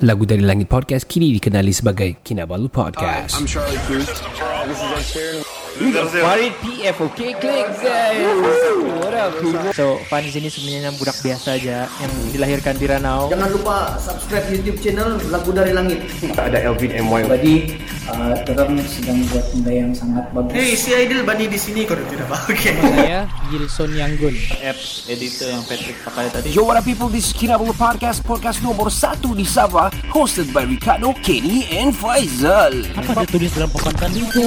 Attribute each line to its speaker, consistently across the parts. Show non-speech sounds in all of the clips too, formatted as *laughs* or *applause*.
Speaker 1: Lagu dari Langit Podcast kini dikenali sebagai Kinabalu Podcast.
Speaker 2: I'm Charlie Cruz. This is Ed Sheeran.
Speaker 3: Farid PF Okay klik guys What up people? So Faniz ini sebenarnya budak biasa aja Yang dilahirkan di Ranau
Speaker 4: Jangan lupa subscribe YouTube channel Lagu Dari Langit.
Speaker 2: *laughs* Ada Elvin MY.
Speaker 5: Jadi uh, orang sedang buat benda yang sangat bagus.
Speaker 4: Hey, si Aidil Bani di sini kalau tidak apa. Okey.
Speaker 3: Saya Gilson Yanggun
Speaker 6: Yo, what up, people? This is Kinabalu Podcast, podcast nomor satu di Sabah, hosted by Ricardo, Kenny, and Faizal. Apa dia tulis dalam pakan tadi itu?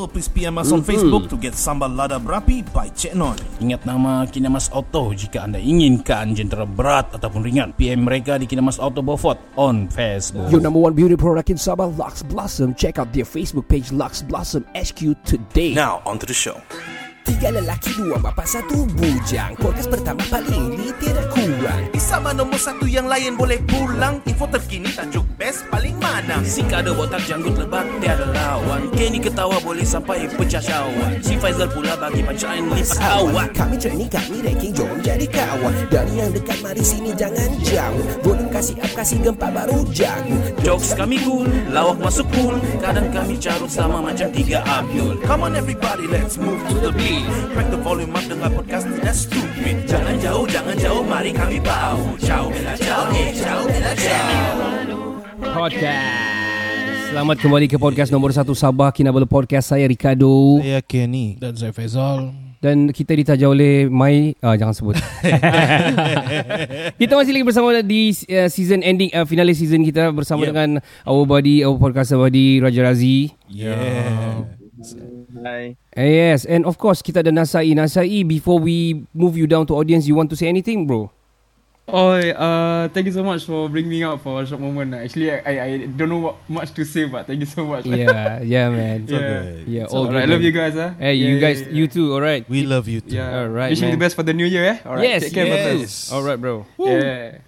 Speaker 7: Please PM us on Facebook To get Sambal Lada Berapi By Cik Non Mm-hmm. Ingat nama Kinamas Auto Jika anda inginkan jentera berat Ataupun ringan PM mereka di Kinamas Auto Beaufort On Facebook
Speaker 1: Your number one beauty product in Sabah, Lux Blossom. Check out their Facebook page, Lux Blossom HQ today.
Speaker 7: Now onto the show
Speaker 6: Tiga lelaki, dua bapa, satu bujang. Podcast pertama paling ini tidak kurang.
Speaker 7: Sama nombor satu yang lain boleh pulang Info terkini tajuk best paling mana Si kado botak janggut lebat tiada lawan Kenny ketawa boleh sampai pecah syawak Si Faizal pula bagi pancaan lipat
Speaker 6: Awak
Speaker 7: awak
Speaker 6: Kami training, kami ranking, jom jadi kawan Dari yang dekat, mari sini jangan jauh Volume kasih up, kasih gempa baru jago
Speaker 7: Jokes kami cool, lawak masuk cool Kadang kami carut sama macam tiga Abdul Come on everybody, let's move to the beat Crack the volume up dengan podcast tidak stupid Jangan jauh, jangan jauh, mari kami bau Ciao, bella, ciao, eh, ciao, bella, ciao
Speaker 1: Podcast. Selamat kembali ke podcast nombor satu Sabah Kinabalu Podcast. Saya Ricardo
Speaker 8: Saya Kenny Dan saya Faisal
Speaker 1: dan kita ditaja oleh Mai ah jangan
Speaker 9: *laughs*
Speaker 1: sebut. kita masih lagi bersama di uh, season ending uh, finale season kita
Speaker 9: Ya.
Speaker 1: bersama yep. dengan our buddy our podcast buddy Raja Razi.
Speaker 8: Yeah
Speaker 1: Uh, yes and of course kita ada Nasai. Nasai before we move you down to audience you want to say anything bro?
Speaker 9: *laughs* Oh, uh, thank you so much for bringing me out for a short moment. Actually, I, I, I don't know what much to say, but thank you so much.
Speaker 1: Yeah, yeah man.
Speaker 9: yeah.
Speaker 1: Yeah,
Speaker 9: So,
Speaker 1: all
Speaker 9: alright,
Speaker 1: good,
Speaker 9: love you
Speaker 1: man.
Speaker 9: guys. ah.
Speaker 1: Hey,
Speaker 9: yeah,
Speaker 1: you
Speaker 9: yeah,
Speaker 1: guys
Speaker 9: yeah,
Speaker 1: you too. All right.
Speaker 8: We love you too
Speaker 9: Yeah.
Speaker 1: Alright,
Speaker 9: Wishing
Speaker 1: man.
Speaker 9: you the best for the new year. Eh? All right.
Speaker 1: Yes,
Speaker 9: Take care, my friends.
Speaker 8: Yes
Speaker 1: All right bro.
Speaker 9: Yeah.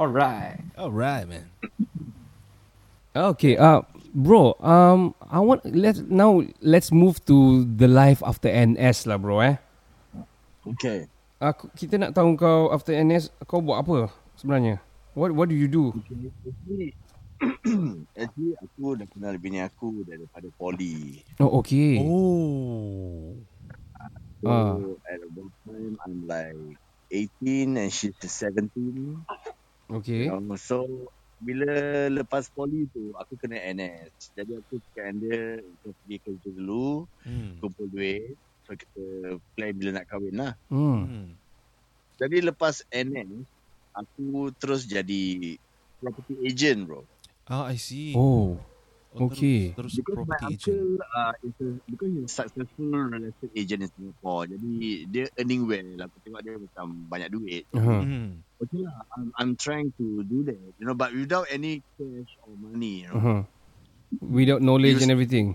Speaker 9: All right.
Speaker 8: Alright man
Speaker 1: Okay, uh, bro. Um, I want let now let's move to the life after NS lah, bro. Eh,
Speaker 10: *laughs* Okay.
Speaker 1: aku kita nak tahu kau after NS kau buat apa sebenarnya? What What do you do?
Speaker 10: Actually, actually aku dah kenal bini aku daripada poli.
Speaker 1: Oh, okay.
Speaker 8: Oh
Speaker 10: So
Speaker 1: Ah.
Speaker 10: at one time I'm like 18 and she's 17.
Speaker 1: Okay.
Speaker 10: Um, so bila lepas poli tu aku kena NS. Jadi aku cakap dengan dia kita pergi kerja dulu,
Speaker 1: Mm.
Speaker 8: Hmm.
Speaker 10: kumpul duit. So kita plan bila nak kahwin lah.
Speaker 1: Hmm.
Speaker 8: Hmm.
Speaker 10: Jadi lepas NS aku terus jadi property agent bro.
Speaker 8: Ah I see
Speaker 1: Oh,
Speaker 8: Oh, terus-
Speaker 1: okay.
Speaker 8: Terus
Speaker 10: Because my
Speaker 8: property agent
Speaker 10: uncle uh, is a, because he's a successful real estate agent in Singapore. Jadi dia earning well. lah. Aku tengok dia macam banyak duit.
Speaker 1: Uh-huh.
Speaker 8: Hmm.
Speaker 10: Okay lah, I'm, I'm trying to do that. You know, but without any cash or money. You know,
Speaker 1: Uh-huh. Without knowledge and everything.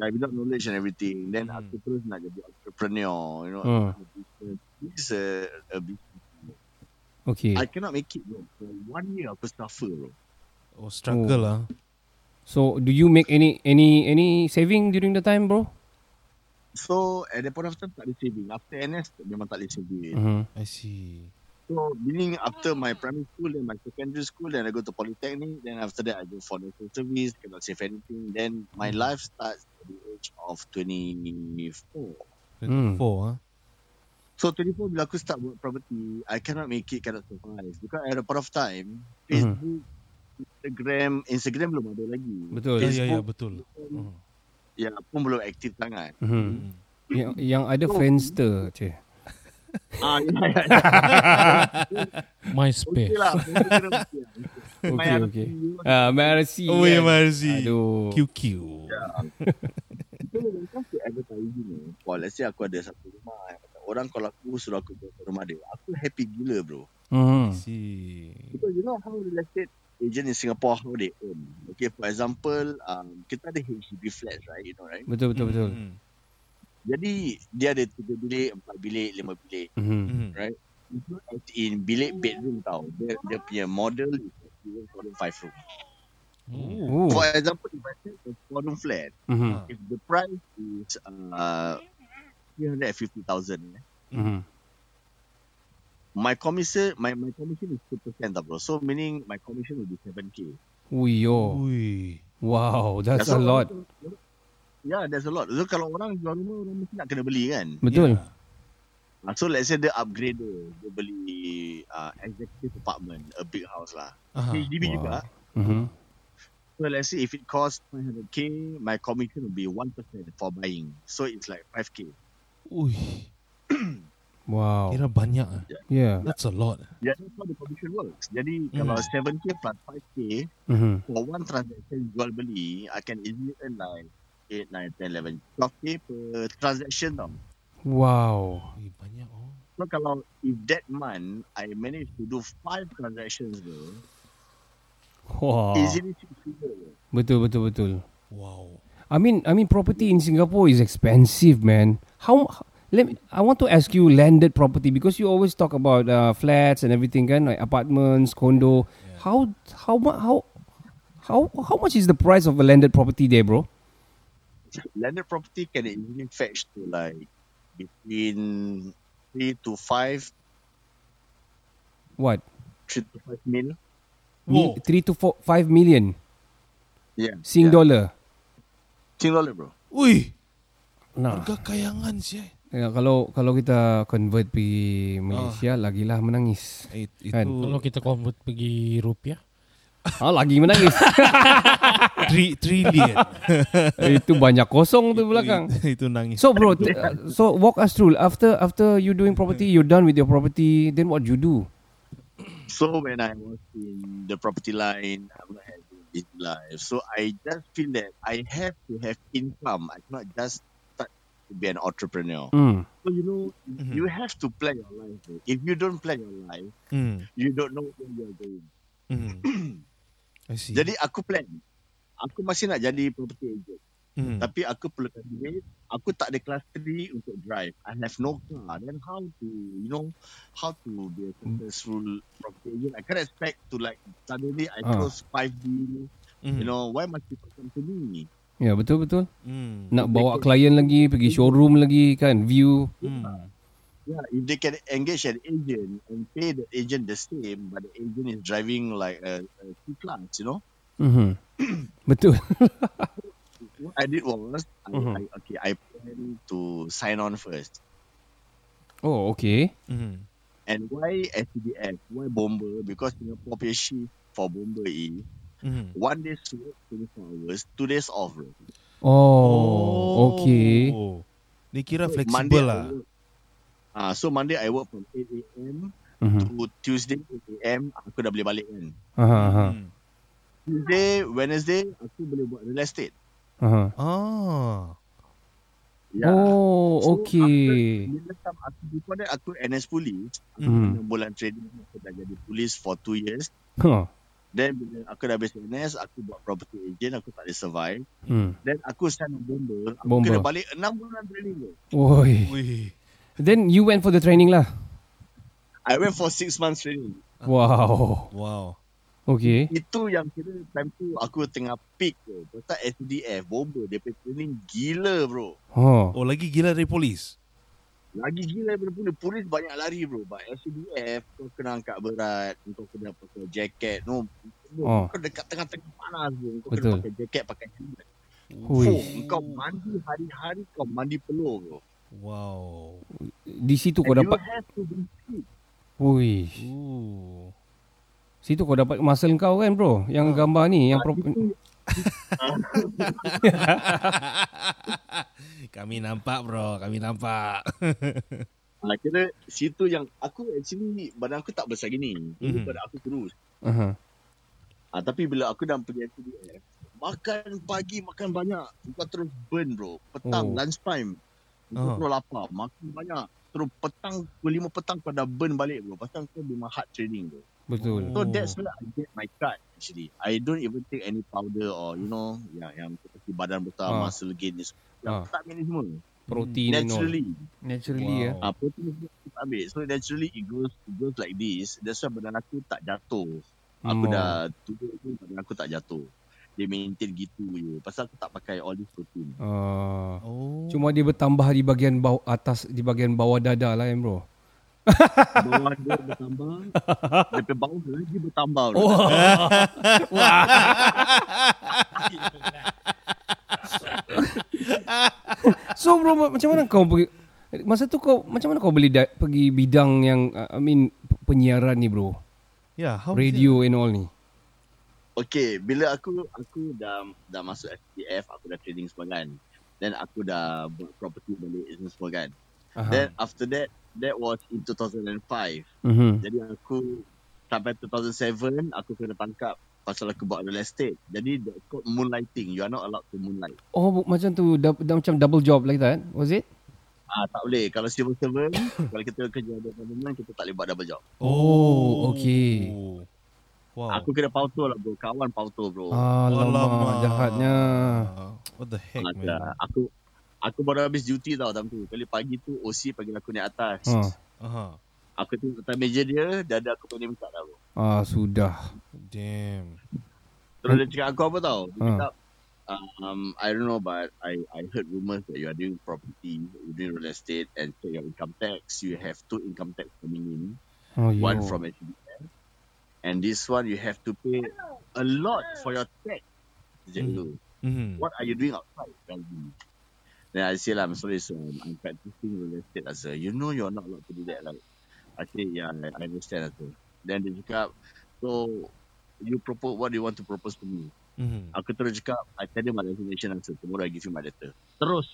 Speaker 10: yeah, without knowledge and everything. Then
Speaker 8: Hmm.
Speaker 10: aku terus nak jadi entrepreneur. You know,
Speaker 1: Hmm.
Speaker 10: a business. this is a, a business.
Speaker 1: Okay.
Speaker 10: I cannot make it. Bro. For one year aku suffer. Bro.
Speaker 8: Oh struggle lah
Speaker 1: So, do you make any any any saving during the time, bro?
Speaker 10: So at that point of time tak ada saving. After NS memang tak ada saving.
Speaker 1: Uh-huh.
Speaker 8: I see
Speaker 10: So meaning after my primary school then my secondary school then I go to polytechnic then after that I go for national service cannot save anything then my life starts at the age of 24
Speaker 1: Hmm.
Speaker 8: Four ah
Speaker 10: so 24 bila aku start work property I cannot make it cannot survive because at a point of time Facebook Instagram Instagram belum ada lagi
Speaker 1: Betul.
Speaker 8: Ya ya ya
Speaker 10: Facebook
Speaker 8: Oh, betul Hmm.
Speaker 10: ya, pun belum aktif sangat
Speaker 1: Uh-huh. Yang yang ada Friendster, cik. *laughs*
Speaker 10: ah ya ya
Speaker 3: MySpace
Speaker 10: okay lah okay,
Speaker 1: Okay, okay. Ah, Mercy.
Speaker 8: Oh ya Marzi
Speaker 1: Aduh.
Speaker 8: QQ
Speaker 10: So when it comes to advertising ni Well let's say aku ada satu rumah eh. Orang kalau aku suruh aku jual rumah dia Aku happy gila bro
Speaker 1: Mhm.
Speaker 8: See
Speaker 10: Because you know how real estate agent in Singapore how they earn. Okay, for example, um, kita ada HDB flats, right? You know, right?
Speaker 1: Betul, betul, betul.
Speaker 8: Mm,
Speaker 10: Jadi dia ada tiga bilik, empat bilik, lima bilik,
Speaker 1: Mhm.
Speaker 8: Mhm.
Speaker 10: right? Itu as in bilik bedroom tau. Dia, dia punya model is actually one four room, five room.
Speaker 1: Oh.
Speaker 10: For example, if I take a four room flat,
Speaker 1: Mhm.
Speaker 8: Ah.
Speaker 10: if the price is uh, 350,000, eh,
Speaker 1: Mhm.
Speaker 10: my commission my, my commission is 2% tau bro. So meaning my commission will be 7k.
Speaker 1: Ui, yo.
Speaker 8: Ui.
Speaker 1: Wow, that's a
Speaker 10: That's all.
Speaker 1: lot.
Speaker 10: Yeah, there's a lot. So kalau orang jual rumah, orang mesti nak kena beli kan?
Speaker 1: Betul.
Speaker 10: Ah, So let's say dia upgrade dia. Dia beli uh, executive apartment, a big house lah.
Speaker 1: Ah,
Speaker 8: Aha.
Speaker 10: HDB juga.
Speaker 1: Mhm.
Speaker 10: So let's say if it costs 500k, my commission will be 1% for buying. So it's like 5k.
Speaker 8: Ui.
Speaker 1: Wow.
Speaker 8: Kira banyak. ah.
Speaker 1: Yeah.
Speaker 8: That's a lot.
Speaker 10: Yeah, that's how the commission works.
Speaker 1: Hmm.
Speaker 10: Jadi kalau 7k plus 5k,
Speaker 1: Mhm.
Speaker 10: for one transaction jual beli, I can easily earn like 8, 9, 10, 11, 12k per transaction tau.
Speaker 1: Wow.
Speaker 8: Ui, banyak oh.
Speaker 10: So kalau if that month, I manage to do 5 transactions bro,
Speaker 1: Wow.
Speaker 10: easily 6 figure.
Speaker 1: Betul, betul, betul.
Speaker 8: Wow.
Speaker 1: I mean, I mean, property in Singapore is expensive, man. How? Let me. I want to ask you landed property because you always talk about uh, flats and everything, kan? Like apartments, condo. How? How much? How? How? How much is the price of a landed property there, bro?
Speaker 10: landed property can easily fetch to like between three to five,
Speaker 1: What?
Speaker 10: three to five mil.
Speaker 1: Mi- three to four, five million
Speaker 10: Yeah.
Speaker 1: Sing
Speaker 10: yeah.
Speaker 1: dollar.
Speaker 10: Sing dollar, bro.
Speaker 8: Ui.
Speaker 1: Nah,
Speaker 8: Harga kayangan sih. eh.
Speaker 1: ya, kalau kalau kita convert pergi Malaysia, lagilah menangis.
Speaker 8: It, itu
Speaker 1: Kan?
Speaker 11: Kalau kita convert pergi rupiah
Speaker 1: Ah, lagi menangis.
Speaker 8: *laughs* tri, trillion.
Speaker 1: Eh, Itu banyak kosong tu belakang.
Speaker 8: itu nangis.
Speaker 1: So bro, t- uh, so walk us through after after you doing property, you're done with your property. Then what you do?
Speaker 10: So when I was in the property line, I'm not having busy life. So I just feel that I have to have income. I cannot just start to be an entrepreneur.
Speaker 1: Mm.
Speaker 10: So you know, you have to plan your life. bro. If you don't plan your life,
Speaker 8: Mm.
Speaker 10: you don't know where you are going.
Speaker 8: Mm. I see.
Speaker 10: Jadi aku plan. Aku masih nak jadi property agent.
Speaker 8: mm.
Speaker 10: Tapi aku perlukan duit. Aku tak ada kelas 3 untuk drive. I have no car. Then how to, you know, how to be a successful property agent? I can't expect to like, suddenly I
Speaker 1: Ah.
Speaker 10: close 5 deal. You
Speaker 8: mm.
Speaker 10: know, why must people come to me?
Speaker 1: Ya yeah, betul betul.
Speaker 8: Mm.
Speaker 1: Nak bawa klien lagi, pergi showroom lagi kan, view.
Speaker 8: Mm.
Speaker 10: Yeah, if they can engage an agent and pay the agent the same, but the agent is driving like a, a C-class, you know?
Speaker 1: Mm-hmm. *coughs* betul.
Speaker 10: What I did was, I,
Speaker 1: Mhm.
Speaker 10: I, okay, I plan to sign on first.
Speaker 1: Oh okay.
Speaker 8: Mm.
Speaker 10: And why SDF? Why Bomber? Because Singapore pay shift for Bomber E. is
Speaker 8: Mm.
Speaker 10: One day's work, 24 hours, two days off. Bro.
Speaker 1: Oh, okay.
Speaker 8: Oh. Ni kira
Speaker 10: Monday
Speaker 8: fleksibel
Speaker 10: I
Speaker 8: lah.
Speaker 10: work- Ah, so Monday I work from 8 a.m.
Speaker 1: Mm-hmm.
Speaker 10: to Tuesday 8 a.m. Aku dah boleh balik kan.
Speaker 1: Aha aha.
Speaker 8: Mm.
Speaker 10: Tuesday, Wednesday aku boleh buat real estate.
Speaker 1: aha.
Speaker 8: Ah.
Speaker 10: Ya.
Speaker 1: Oh
Speaker 10: So,
Speaker 1: okay.
Speaker 10: Bila time aku before that aku NS polis, aku
Speaker 1: Mhm.
Speaker 10: enam bulan training aku dah jadi polis for 2 years.
Speaker 1: Huh.
Speaker 10: Then bila aku dah habis NS, aku buat property agent, aku tak boleh survive.
Speaker 1: Mm.
Speaker 10: Then aku sign bomber, aku
Speaker 1: Bomber.
Speaker 10: kena balik 6 bulan training. Bro.
Speaker 1: Oi.
Speaker 8: Ui.
Speaker 1: Then you went for the training lah.
Speaker 10: I went for 6 months training.
Speaker 1: Wow.
Speaker 8: Wow.
Speaker 1: Okay.
Speaker 10: Itu yang kira time tu aku tengah peak tu. Pasal SDF, bomber, dia punya training gila bro.
Speaker 1: Huh.
Speaker 8: Oh lagi gila dari polis.
Speaker 10: Lagi gila daripada polis. Polis banyak lari bro. But SDF, kau kena angkat berat. Kau kena pakai jaket. No, bro,
Speaker 1: Oh.
Speaker 10: Kau dekat tengah-tengah panas bro. Kau
Speaker 1: Betul.
Speaker 10: kena pakai jaket, pakai helmet. Oh,
Speaker 1: Ui.
Speaker 10: kau mandi hari-hari, kau mandi peluh bro.
Speaker 8: Wow.
Speaker 1: Di situ kau
Speaker 10: And you
Speaker 1: dapat.
Speaker 10: have to be fit.
Speaker 1: Ui.
Speaker 8: Ooh.
Speaker 1: Situ kau dapat muscle kau kan bro Yang
Speaker 10: Ah.
Speaker 1: gambar ni yang pro-
Speaker 8: Kami nampak bro, kami nampak.
Speaker 10: Ah, kira situ yang aku actually badan aku tak besar gini. Dulu
Speaker 8: Mhm.
Speaker 10: badan aku kurus.
Speaker 1: Aha.
Speaker 10: Ah, tapi bila aku dah pergi SDF, makan pagi makan banyak, kau terus burn bro. Petang,
Speaker 1: Oh.
Speaker 10: oh. lunch time, kau
Speaker 8: Ah.
Speaker 10: terus lapar, makan banyak. Terus petang, pukul lima petang kau dah burn balik bro. Pasal kau memang hard training bro.
Speaker 1: Betul.
Speaker 10: So that's where I get my cut actually. I don't even take any powder or you know yang yang seperti badan besar,
Speaker 1: Ah.
Speaker 10: muscle gain ni semua.
Speaker 1: Ah.
Speaker 10: Aku tak ambil ni semua.
Speaker 1: Protein and all.
Speaker 10: naturally.
Speaker 1: Naturally, Wow. eh.
Speaker 10: Ah, protein ni semua aku tak ambil. So naturally it goes it goes like this. That's why badan aku tak jatuh. Aku
Speaker 1: Hmm.
Speaker 10: dah tuduh tu badan aku tak jatuh. Dia maintain gitu je. Pasal aku tak pakai all this protein.
Speaker 1: Ah. Oh. Cuma dia bertambah di bahagian bawah atas di bahagian bawah dada lah em
Speaker 10: *laughs*
Speaker 1: bro.
Speaker 10: Bawah dia bertambah. Daripada bawah lagi bertambah.
Speaker 1: Wah. Wah. so bro ma- macam mana kau pergi masa tu kau macam mana kau boleh da- pergi bidang yang uh, I mean p- penyiaran ni bro?
Speaker 8: Yeah, Oh. Ya, how is
Speaker 1: Radio and all ni.
Speaker 10: Okay, bila aku aku dah dah masuk SPF, aku dah trading semua kan. Then aku dah buat property balik semua semua kan.
Speaker 1: Aha.
Speaker 10: Then after that, that was in 2005.
Speaker 1: Mhm.
Speaker 10: Jadi aku sampai 2007 aku kena tangkap pasal aku buat real estate. Jadi that's called moonlighting. You are not allowed to moonlight.
Speaker 1: Oh bu- macam tu da- da- macam double job like that was it?
Speaker 10: Ah tak boleh. Kalau civil *coughs* servant, kalau kita kerja di government kita tak boleh buat double job.
Speaker 1: Oh, okay.
Speaker 10: Wow. Aku kena pautor lah bro. Kawan pautor bro. Ah,
Speaker 1: Alamak, jahatnya.
Speaker 8: Ah.
Speaker 10: What the heck man. Aku aku baru habis duty tau time tu. Kali pagi tu OC panggil aku naik atas.
Speaker 1: Ha.
Speaker 8: Aha.
Speaker 10: Aku tengok atas meja dia, dada aku paling minta tau.
Speaker 1: Ah sudah.
Speaker 8: Damn.
Speaker 10: Terus dia cakap aku apa tau. Dia
Speaker 1: Ha.
Speaker 10: cakap, um, I don't know but I I heard rumors that you are doing property, you doing real estate and pay your income tax. You have two income tax coming in.
Speaker 1: Oh, yo.
Speaker 10: one from HDF. And this one you have to pay a lot for your tax. Dia cakap gitu.
Speaker 8: Mhm.
Speaker 10: What are you doing outside? Kalbi? Then I say lah, I'm sorry, sir. I'm- I'm practicing real estate lah, sir. You know you're not allowed to do that. Like, I say, yeah, I I understand lah, sir. Then dia cakap, so, you propose, what do you want to propose to me?
Speaker 8: Mhm.
Speaker 10: Aku terus cakap, I tell you my resignation lah, sir. Tomorrow I give you my letter. Terus.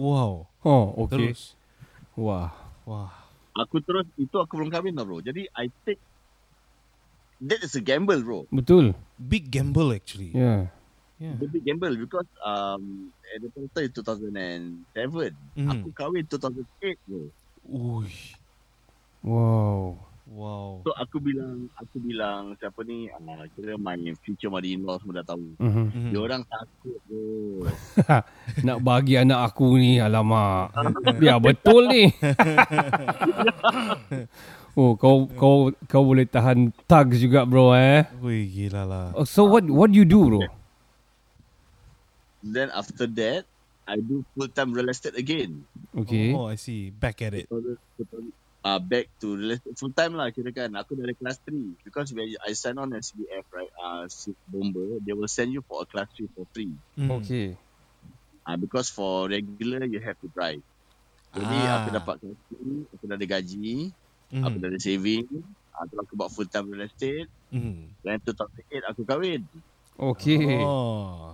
Speaker 8: Wow.
Speaker 1: Oh, okay.
Speaker 8: Terus.
Speaker 1: Wah.
Speaker 8: Wah.
Speaker 10: Aku terus, itu aku belum kahwin lah, bro. Jadi, I take, that is a gamble, bro.
Speaker 1: Betul.
Speaker 8: Big gamble actually.
Speaker 1: Yeah.
Speaker 8: Yeah.
Speaker 10: The big gamble because um at the point of time in 2007
Speaker 8: Mhm.
Speaker 10: aku kahwin 2008 bro.
Speaker 8: Ui.
Speaker 1: Wow.
Speaker 8: Wow.
Speaker 10: So aku bilang aku bilang siapa ni uh, kira my future mother in law semua dah tahu.
Speaker 1: Mhm.
Speaker 8: Hmm.
Speaker 10: Dia orang takut bro.
Speaker 1: Nak bagi anak aku ni Alamak Biar betul ni Oh kau kau kau boleh tahan thugs juga bro eh
Speaker 8: Ui gila lah.
Speaker 1: Oh, So what what you do bro
Speaker 10: Then after that I do full time real estate again.
Speaker 1: Okay.
Speaker 8: Oh, I see. Back at it.
Speaker 10: Uh, back to real estate full time lah kira kan aku dari kelas 3 because when I sign on as CBF right uh, si bomber they will send you for a class 3 for free.
Speaker 8: Mm-hmm.
Speaker 1: Okay
Speaker 10: Ah, because for regular you have to drive. Jadi
Speaker 8: Ah.
Speaker 10: aku dapat gaji, aku dah ada gaji,
Speaker 8: Mhm.
Speaker 10: aku dah ada saving, ah, terus aku buat full time real estate,
Speaker 8: Mhm.
Speaker 10: dan 2008 aku kahwin.
Speaker 1: Okay
Speaker 8: Oh.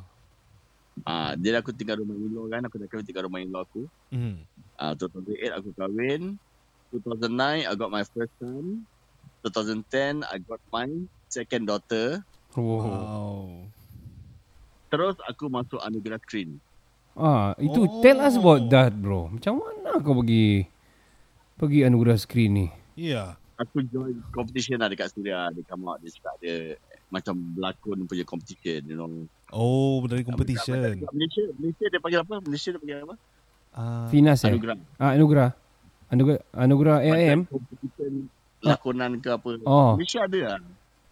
Speaker 10: Ah, jadi aku tinggal rumah in-law kan, aku dah kahwin tinggal rumah in-law aku.
Speaker 8: Mhm.
Speaker 10: Ah, 2008 aku kahwin, 2009 I got my first son, 2010 I got my second daughter.
Speaker 1: Oh.
Speaker 8: Wow.
Speaker 10: Terus aku masuk anugerah Green.
Speaker 1: Ah Itu tell us about that bro Macam mana kau pergi Pergi anugerah screen ni
Speaker 8: Yeah.
Speaker 10: Aku join competition lah dekat Suria. Dia come out, dia cakap dia macam berlakon punya competition, you know.
Speaker 8: Oh, dari competition.
Speaker 10: Kat Malaysia, Malaysia dia panggil apa? Malaysia dia panggil apa?
Speaker 8: Ah.
Speaker 1: Finas eh
Speaker 10: Anugerah.
Speaker 1: ah, Anugerah Anugerah Anugerah AIM
Speaker 10: Competition lakonan ke apa.
Speaker 1: Oh.
Speaker 10: Malaysia ada lah.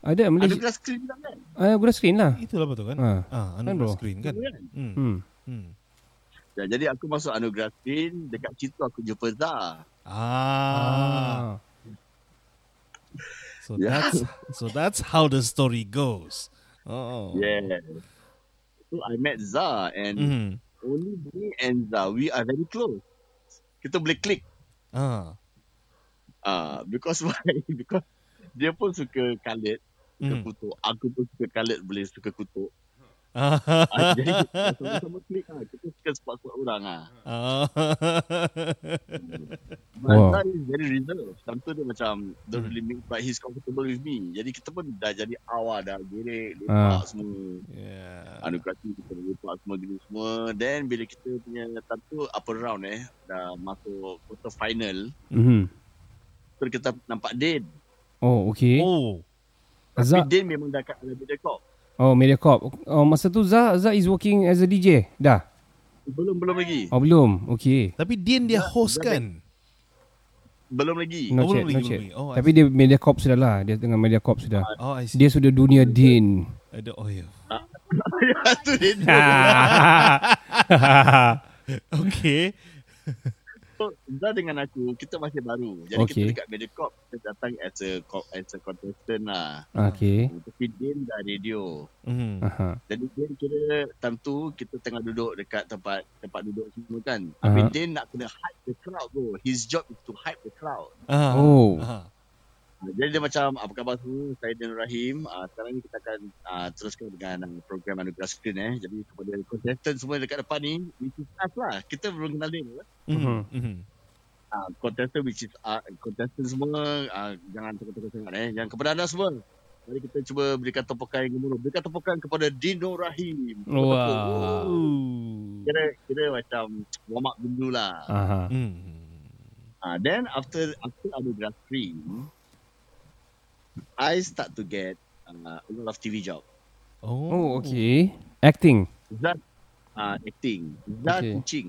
Speaker 1: Ada Malaysia
Speaker 10: Anugerah screen lah kan?
Speaker 1: Anugerah screen lah
Speaker 8: Itulah betul kan?
Speaker 1: Ha.
Speaker 8: Ah,
Speaker 1: Kan,
Speaker 8: anugerah
Speaker 1: bro?
Speaker 8: screen kan?
Speaker 10: Kan?
Speaker 8: Hmm.
Speaker 1: Hmm
Speaker 8: Hmm.
Speaker 10: Ya, jadi aku masuk anugerah screen. Dekat situ aku jumpa Zah.
Speaker 8: Ah. So
Speaker 10: Yeah. *laughs*
Speaker 8: that's so that's how the story goes. Oh.
Speaker 10: Yeah. So I met Zah and
Speaker 8: Mhm.
Speaker 10: only me and Zah, we are very close. Kita boleh klik.
Speaker 8: Ah.
Speaker 10: Ah, because *laughs* why? because dia pun suka kalit, suka
Speaker 8: Mm.
Speaker 10: kutuk. Aku pun suka kalit, boleh suka kutuk.
Speaker 8: Ah.
Speaker 10: Ah, jadi kita sama-sama klik lah. Kita suka spot-spot orang lah.
Speaker 8: Ah.
Speaker 10: My
Speaker 1: Wow.
Speaker 10: dad is very reserved. Tentu dia macam don't really mix, but he's comfortable with me. Jadi kita pun dah jadi awal dah gerik, lepak
Speaker 1: Ah.
Speaker 10: semua.
Speaker 8: *laughs* Yeah.
Speaker 10: Anu kaki kita lepak semua gini semua. Then bila kita punya tentu upper round eh dah masuk quarter final,
Speaker 1: Mhm.
Speaker 10: terus kita nampak Din.
Speaker 1: Oh, okay.
Speaker 8: Oh.
Speaker 1: Zah,
Speaker 10: Tapi Din memang dah kat dalam Mediacorp.
Speaker 1: oh Mediacorp. Oh, masa tu Zah, Zah is working as a DJ. Dah.
Speaker 10: Belum belum lagi.
Speaker 1: Oh, belum. Okay.
Speaker 8: Tapi Din dia host kan?
Speaker 10: Belum lagi.
Speaker 1: No chat, no chat. Tapi dia Mediacorp sudah lah. Dia dengan Mediacorp sudah.
Speaker 8: Oh, I see.
Speaker 1: Dia sudah dunia Din.
Speaker 8: Ada oh ya.
Speaker 1: Hmm.
Speaker 10: *laughs* Itu
Speaker 1: *laughs* Ah.
Speaker 8: *laughs* okay.
Speaker 10: So, Zah dengan aku, kita masih baru. Jadi okay.
Speaker 1: Okay.
Speaker 10: kita dekat Mediacorp, kita datang as a, co- as a contestant lah.
Speaker 8: Ah.
Speaker 1: Okay.
Speaker 10: Tapi Din dah radio.
Speaker 8: Mm.
Speaker 1: Aha.
Speaker 10: Jadi Din kira time tu kita tengah duduk dekat tempat tempat duduk semua kan. Tapi
Speaker 1: Aha.
Speaker 10: Din nak kena hype the crowd bro. His job is to hype the crowd.
Speaker 8: Ah.
Speaker 1: Oh.
Speaker 8: Ah.
Speaker 10: Jadi dia macam apa khabar semua? Saya Dan Rahim. Uh, sekarang ni kita akan uh, teruskan dengan uh, program Anugerah Screen eh. Jadi kepada contestant semua dekat depan ni, which is us lah. Kita belum kenal dia.
Speaker 8: Mm.
Speaker 1: Mm-hmm.
Speaker 8: Mm.
Speaker 10: Uh, contestant which is uh, contestant semua uh, jangan takut-takut sangat eh. Yang kepada anda semua. Mari kita cuba berikan tepukan yang gemuruh. Berikan tepukan kepada Dino Rahim.
Speaker 1: Wow.
Speaker 8: Mm-hmm.
Speaker 10: Kira kira macam warm up dulu lah.
Speaker 1: Aha.
Speaker 8: Mm-hmm.
Speaker 10: Uh, then after after Anugerah Screen, I start to get uh, a lot of TV job.
Speaker 1: Oh, okay. Acting.
Speaker 10: Zat uh, acting. Zat
Speaker 1: Okay.
Speaker 10: okay. teaching.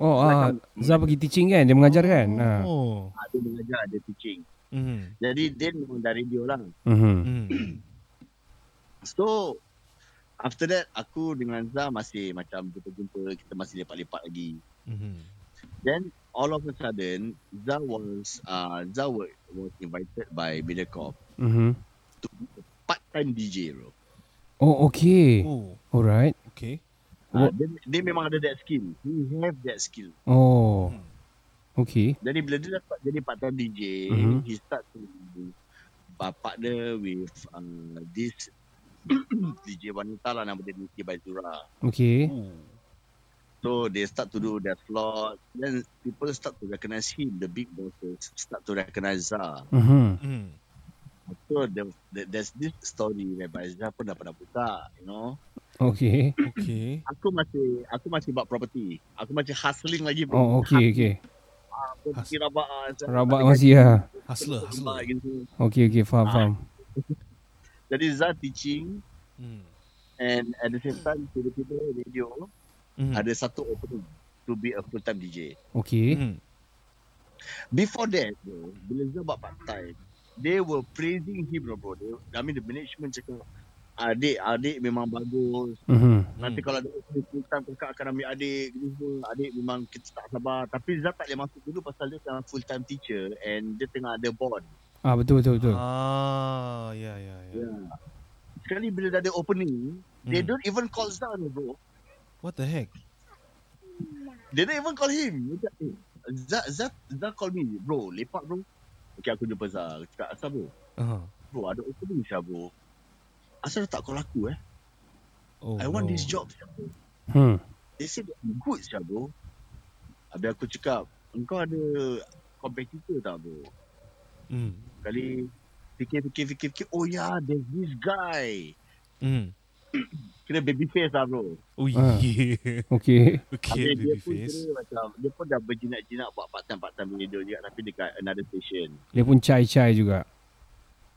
Speaker 1: Oh, ah, Zah pergi teaching kan? Dia mengajar kan? Ah.
Speaker 8: Oh.
Speaker 10: Uh, dia mengajar, dia teaching.
Speaker 8: Mm.
Speaker 10: Jadi dia memang dari dia lah.
Speaker 1: Mhm.
Speaker 8: Mm.
Speaker 10: So, after that, aku dengan Zah masih macam jumpa-jumpa. Kita masih lepak-lepak lagi.
Speaker 8: Mm.
Speaker 10: Then, all of a sudden, Zah was, uh, Zah was, was invited by Mediacorp
Speaker 1: Mhm.
Speaker 10: to be a part-time DJ, bro.
Speaker 1: Oh, okay.
Speaker 8: Oh.
Speaker 1: Alright.
Speaker 8: Okay.
Speaker 10: Uh, dia, dia memang ada that skill. He have that skill.
Speaker 1: Oh. Okay.
Speaker 10: Jadi bila dia dapat jadi part-time DJ,
Speaker 1: Mhm.
Speaker 10: mm-hmm. he start to uh, partner with uh, this *coughs* DJ wanita lah nama dia Niki Baizura.
Speaker 1: Okay.
Speaker 8: Oh.
Speaker 10: So they start to do their slot. Then people start to recognize him. The big bosses start to recognize Zah.
Speaker 1: Mhm.
Speaker 8: Mm.
Speaker 10: So there, there, there's this story whereby Zah pun dah pernah buta, you know.
Speaker 1: Okay.
Speaker 8: Okay.
Speaker 10: Aku masih aku masih buat property. Aku masih hustling lagi
Speaker 1: Oh, okay, okay.
Speaker 10: Aku pergi rabak. ah, Zah.
Speaker 1: Rabak
Speaker 8: kan
Speaker 10: Tapi
Speaker 1: masih lah.
Speaker 8: Hustler,
Speaker 10: aku
Speaker 8: hustler.
Speaker 10: rabak gitu.
Speaker 1: Okay, okay. Faham, faham.
Speaker 10: Jadi Zah teaching
Speaker 8: Mm.
Speaker 10: And at the same time Tiba-tiba radio
Speaker 8: Mm.
Speaker 10: Ada satu opening To be a full time DJ
Speaker 1: Okay.
Speaker 8: Mm.
Speaker 10: Before that bro Bila Zah buat part time They were praising him bro, bro. They, I mean the management cakap Adik Adik memang bagus
Speaker 1: Mhm.
Speaker 8: Hmm.
Speaker 10: Nanti kalau ada opening full time Kakak akan ambil adik Gini semua. Adik memang kita tak sabar Tapi Zah tak boleh masuk dulu Pasal dia tengah full time teacher And dia tengah ada bond
Speaker 1: Ah, betul, betul, betul.
Speaker 8: Ah, yeah, yeah, yeah.
Speaker 10: Sekali bila dah ada opening They
Speaker 8: Hmm.
Speaker 10: don't even call Zah ni, bro
Speaker 8: What the heck?
Speaker 10: They don't even call him. Dia cakap, eh, Zah, Zah, Zah call me. Bro, lepak bro. Okay, aku jumpa Zah. Aku cakap, asal bro?
Speaker 8: Uh-huh.
Speaker 10: Bro, ada opening Syah bro. Asal dia tak call aku eh?
Speaker 8: Oh,
Speaker 10: I want
Speaker 8: no.
Speaker 10: this job Syah bro.
Speaker 1: Hmm.
Speaker 10: They said that I'm good Syah bro. Habis aku cakap, engkau ada competitor tak bro?
Speaker 8: Mm.
Speaker 10: Kali fikir, fikir, fikir, fikir. Oh ya, yeah, there's this guy.
Speaker 8: Mm.
Speaker 10: Kira baby face lah bro.
Speaker 8: Oh,
Speaker 1: Ah.
Speaker 8: yeah.
Speaker 1: Okay.
Speaker 8: *laughs* Okay,
Speaker 10: Habis dia
Speaker 8: baby
Speaker 10: pun
Speaker 8: face.
Speaker 10: kira macam, dia pun dah berjinak-jinak buat part-time-part-time radio juga. Tapi dekat another station.
Speaker 1: Dia pun chai-chai juga.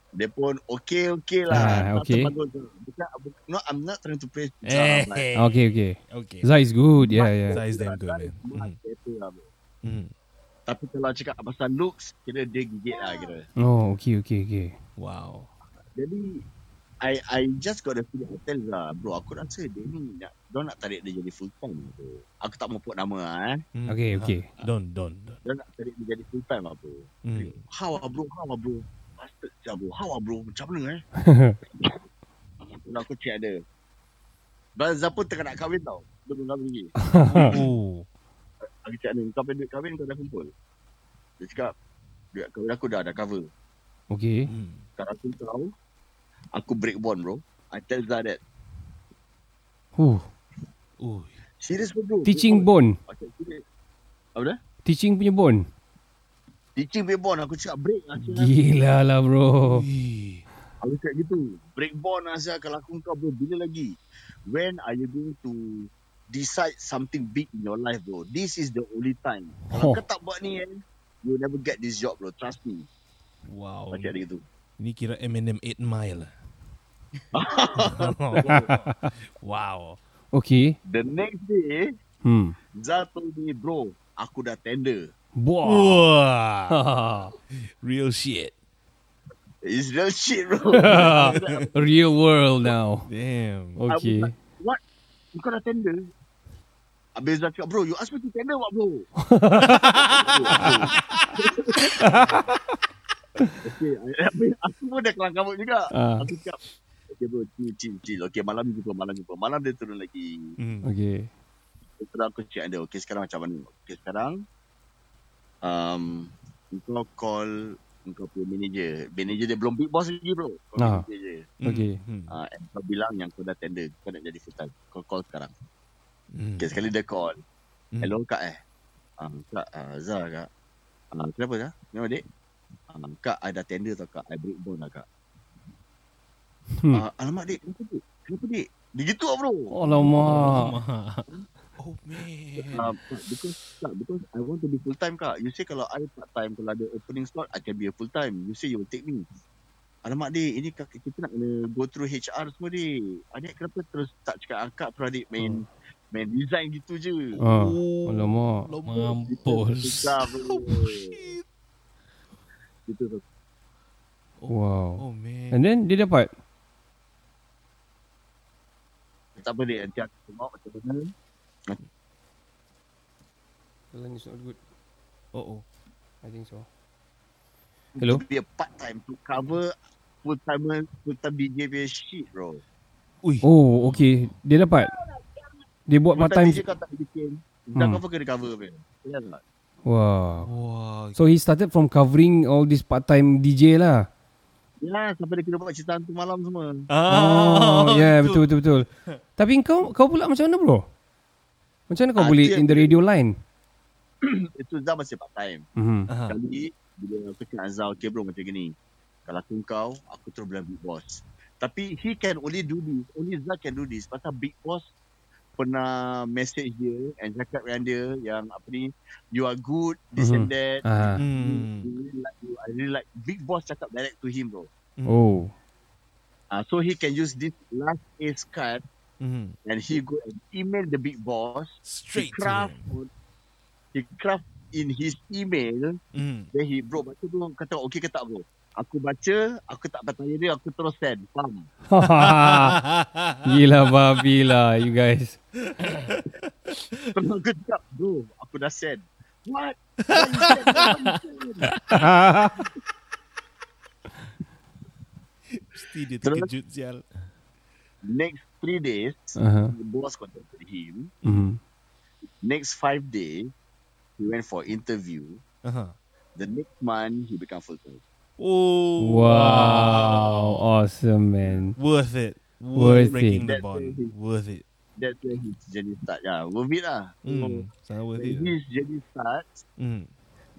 Speaker 10: Dia pun okay okay
Speaker 1: Ah,
Speaker 10: lah. Tak
Speaker 1: okay.
Speaker 10: terbagus tu. Bukan, bu- no, I'm not trying to praise Zah.
Speaker 8: Eh,
Speaker 10: I'm like,
Speaker 1: Okay, okay.
Speaker 8: Okay.
Speaker 1: Zah is good. Yeah, yeah.
Speaker 8: Zah is damn good,
Speaker 10: Zah
Speaker 8: man.
Speaker 10: is much
Speaker 8: Mm.
Speaker 10: better lah, bro.
Speaker 8: Mm.
Speaker 10: Tapi kalau cakap pasal looks, kira dia gigit lah kira.
Speaker 1: Oh, okay, okay, okay.
Speaker 8: Wow.
Speaker 10: Jadi, I I just got a feeling I tell lah, bro, aku rasa dia ni nak, dia nak tarik dia jadi full time. Bro. Aku tak mau put nama lah eh.
Speaker 8: Mm.
Speaker 1: Okay, okay.
Speaker 8: Ah, Don, don, don.
Speaker 10: Dia nak tarik dia jadi full time lah, bro.
Speaker 8: Mm.
Speaker 10: How ah, bro, how ah, bro. Bastard siapa bro, how ah, bro, macam mana
Speaker 1: *laughs*
Speaker 10: eh. Kalau aku cek dia. Bang Zapun tengah nak kahwin tau. Dia belum kahwin lagi.
Speaker 8: Oh.
Speaker 10: Aku cakap ni, kau pendek kahwin kau dah kumpul. Dia cakap, duit kahwin aku dah, dah cover.
Speaker 1: Okay.
Speaker 8: Mm.
Speaker 10: Sekarang aku tahu, aku break bond bro. I tell Zah that.
Speaker 1: Huh.
Speaker 8: Oh.
Speaker 10: Serius pun bro.
Speaker 1: Teaching bone.
Speaker 10: Aku cakap, serious. Apa dah?
Speaker 1: Teaching punya bone.
Speaker 10: Teaching break bond. Aku cakap break lah. Syah.
Speaker 1: Gila lah bro.
Speaker 8: Eh.
Speaker 10: Aku cakap gitu. Break bond lah Syah. Kalau aku kau bro, bila lagi? When are you going to decide something big in your life bro? This is the only time.
Speaker 1: Oh.
Speaker 10: Kalau kau tak buat ni eh, you never get this job bro. Trust me.
Speaker 8: Wow.
Speaker 10: Macam ada gitu.
Speaker 8: Ini kira Eminem 8 Mile.
Speaker 10: *laughs*
Speaker 8: *laughs* wow.
Speaker 1: Okay.
Speaker 10: The next day,
Speaker 1: Hmm.
Speaker 10: Zal told me, bro, aku dah tender.
Speaker 8: Wah. Real shit.
Speaker 10: It's real shit, bro.
Speaker 1: *laughs* Real world now.
Speaker 8: Damn.
Speaker 1: Okay.
Speaker 10: I was like, what? You kau dah tender? Habis dah cakap, bro, you ask me to tender what, bro? okay, *laughs* I- habis aku pun dah kelang kabut juga.
Speaker 1: Ah.
Speaker 10: Aku cakap, okay bro, chill, chill, chill. Okay, malam ni jumpa, malam jumpa. Malam dia turun lagi.
Speaker 8: Mm,
Speaker 1: Okay.
Speaker 10: Terus aku cakap dia, okay sekarang macam mana? Okay, sekarang, um, kau call kau punya manager. Manager dia belum big boss lagi, bro. Kau
Speaker 1: Ah.
Speaker 10: manager je.
Speaker 1: Okay.
Speaker 8: mm,
Speaker 10: Uh, and kau bilang yang kau dah tender Kau nak jadi full time Kau call sekarang
Speaker 8: mm.
Speaker 10: Okay sekali dia call Hello kak eh uh, Kak uh, Zah kak uh, Kenapa Zah? Kenapa dek? Uh, kak I dah tender tau kak I breakdown lah kak
Speaker 1: Hmm.
Speaker 10: uh, Alamak dek Kenapa dek? Kenapa dek? Dia gitu lah bro
Speaker 1: Alamak.
Speaker 8: Oh,
Speaker 1: Ah,
Speaker 10: Uh, because tak, because I want to be full time kak. You say kalau I part time kalau ada opening slot I can be a full time. You say you will take me. Alamak dek, ini kak, kita nak kena go through HR semua dek. Adik kenapa terus tak cakap angkat terus adik main main design gitu je.
Speaker 1: Ah.
Speaker 8: Oh,
Speaker 1: Alamak.
Speaker 11: Mampus.
Speaker 10: Susah bro. Gitu tu.
Speaker 1: Wow.
Speaker 8: Oh, man.
Speaker 1: And then dia dapat.
Speaker 10: Tak apa dek, nanti aku tengok macam mana.
Speaker 1: The line is not good.
Speaker 8: Oh oh.
Speaker 1: I think so. Hello?
Speaker 10: To be a part time to cover full time full time DJ punya shit bro.
Speaker 1: Oh, okay. Dia dapat. Dia buat part time.
Speaker 10: DJ kau tak bikin. Dah
Speaker 1: Hmm.
Speaker 10: cover kena cover bro. Ya tak?
Speaker 1: Wow.
Speaker 8: Wah.
Speaker 1: So he started from covering all this part time DJ lah.
Speaker 10: Yelah sampai dia kena buat cerita hantu malam semua
Speaker 8: Ah,
Speaker 1: Oh, yeah, betul betul betul. Tapi kau kau pula macam mana bro? Macam mana kau
Speaker 10: Ah,
Speaker 1: boleh
Speaker 10: dia-
Speaker 1: in the radio line?
Speaker 10: Itu Zal masih part time
Speaker 1: Mhm.
Speaker 8: Aha.
Speaker 10: Kali Bila aku cakap dengan Zal Okay bro macam gini Kalau aku kau Aku terus bilang Big Boss Tapi he can only do this Only Zal can do this Pasal Big Boss Pernah message dia And cakap dengan dia Yang apa ni You are good This
Speaker 1: Mhm.
Speaker 10: and that
Speaker 1: Ah.
Speaker 10: I
Speaker 8: Hmm.
Speaker 10: really like you I really like Big Boss cakap direct to him bro
Speaker 1: Oh.
Speaker 10: Ah, So he can use this Last ace card
Speaker 8: Hmm.
Speaker 10: And he go and email the Big Boss he
Speaker 8: Straight to
Speaker 10: craft on,
Speaker 8: him.
Speaker 10: he craft in his email
Speaker 8: Hmm.
Speaker 10: then he bro baca bro kata okey ke tak bro aku baca aku tak bertanya dia aku terus send faham *laughs*
Speaker 1: Gila babi lah you guys.
Speaker 10: terus aku cakap bro aku dah send what
Speaker 8: Mesti dia
Speaker 10: Terus?
Speaker 8: terkejut sial.
Speaker 10: next three days
Speaker 1: Uh-huh.
Speaker 10: the boss contacted him
Speaker 1: Mhm.
Speaker 10: next five days he went for interview
Speaker 8: Aha.
Speaker 10: the next month he become full time
Speaker 8: Oh.
Speaker 1: Wow, awesome man.
Speaker 8: Worth it.
Speaker 1: Worth
Speaker 8: breaking
Speaker 1: it.
Speaker 8: the bond. Worth it.
Speaker 10: that's where his journey start yeah worth it lah
Speaker 8: Hmm. Sangat worth
Speaker 10: When
Speaker 8: it.
Speaker 10: his journey start
Speaker 8: Hmm.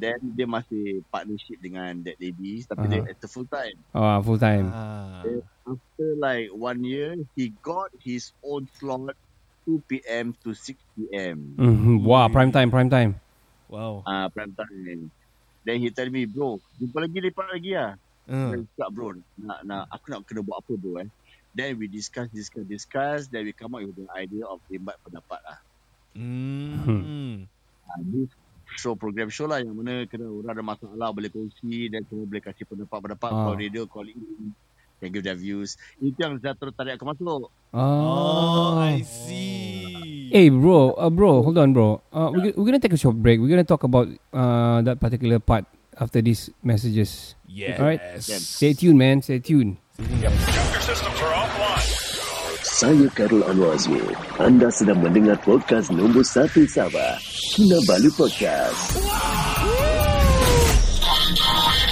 Speaker 10: then dia masih partnership dengan that lady
Speaker 1: Aha.
Speaker 10: tapi
Speaker 8: Uh-huh.
Speaker 10: dia at the full time
Speaker 1: Ah, full time.
Speaker 8: Ah.
Speaker 10: after like one year, he got his own slot 2 p.m. to 6 p.m.
Speaker 1: Mhm. Wah, prime time, prime time.
Speaker 8: Wow.
Speaker 10: Ah, prime time. Then he tell me, bro, jumpa lagi lepak lagi lah.
Speaker 8: Uh.
Speaker 10: Then cakap, bro, nak, nak, aku nak kena buat apa bro eh. Then we discuss, discuss, discuss. Then we come up with the idea of imbat pendapat lah.
Speaker 8: Hmm.
Speaker 10: Ah, this show program show lah yang mana kena orang ada masalah boleh kongsi dan semua boleh kasih pendapat-pendapat.
Speaker 1: Ah.
Speaker 10: Call radio, call in. Can give their views. Itu yang Zah terus tarik aku masuk.
Speaker 8: Oh,
Speaker 1: Ah.
Speaker 8: I see.
Speaker 1: Hey bro, uh, bro, hold on bro. Uh, we're, we're gonna take a short break. We're gonna talk about uh, that particular part after these messages.
Speaker 8: Yes.
Speaker 1: All right. Stay tuned, man. Stay tuned.
Speaker 12: Saya Karl Anwar Azmi. Anda sedang mendengar podcast nombor 1 Sabah. Kinabalu Podcast.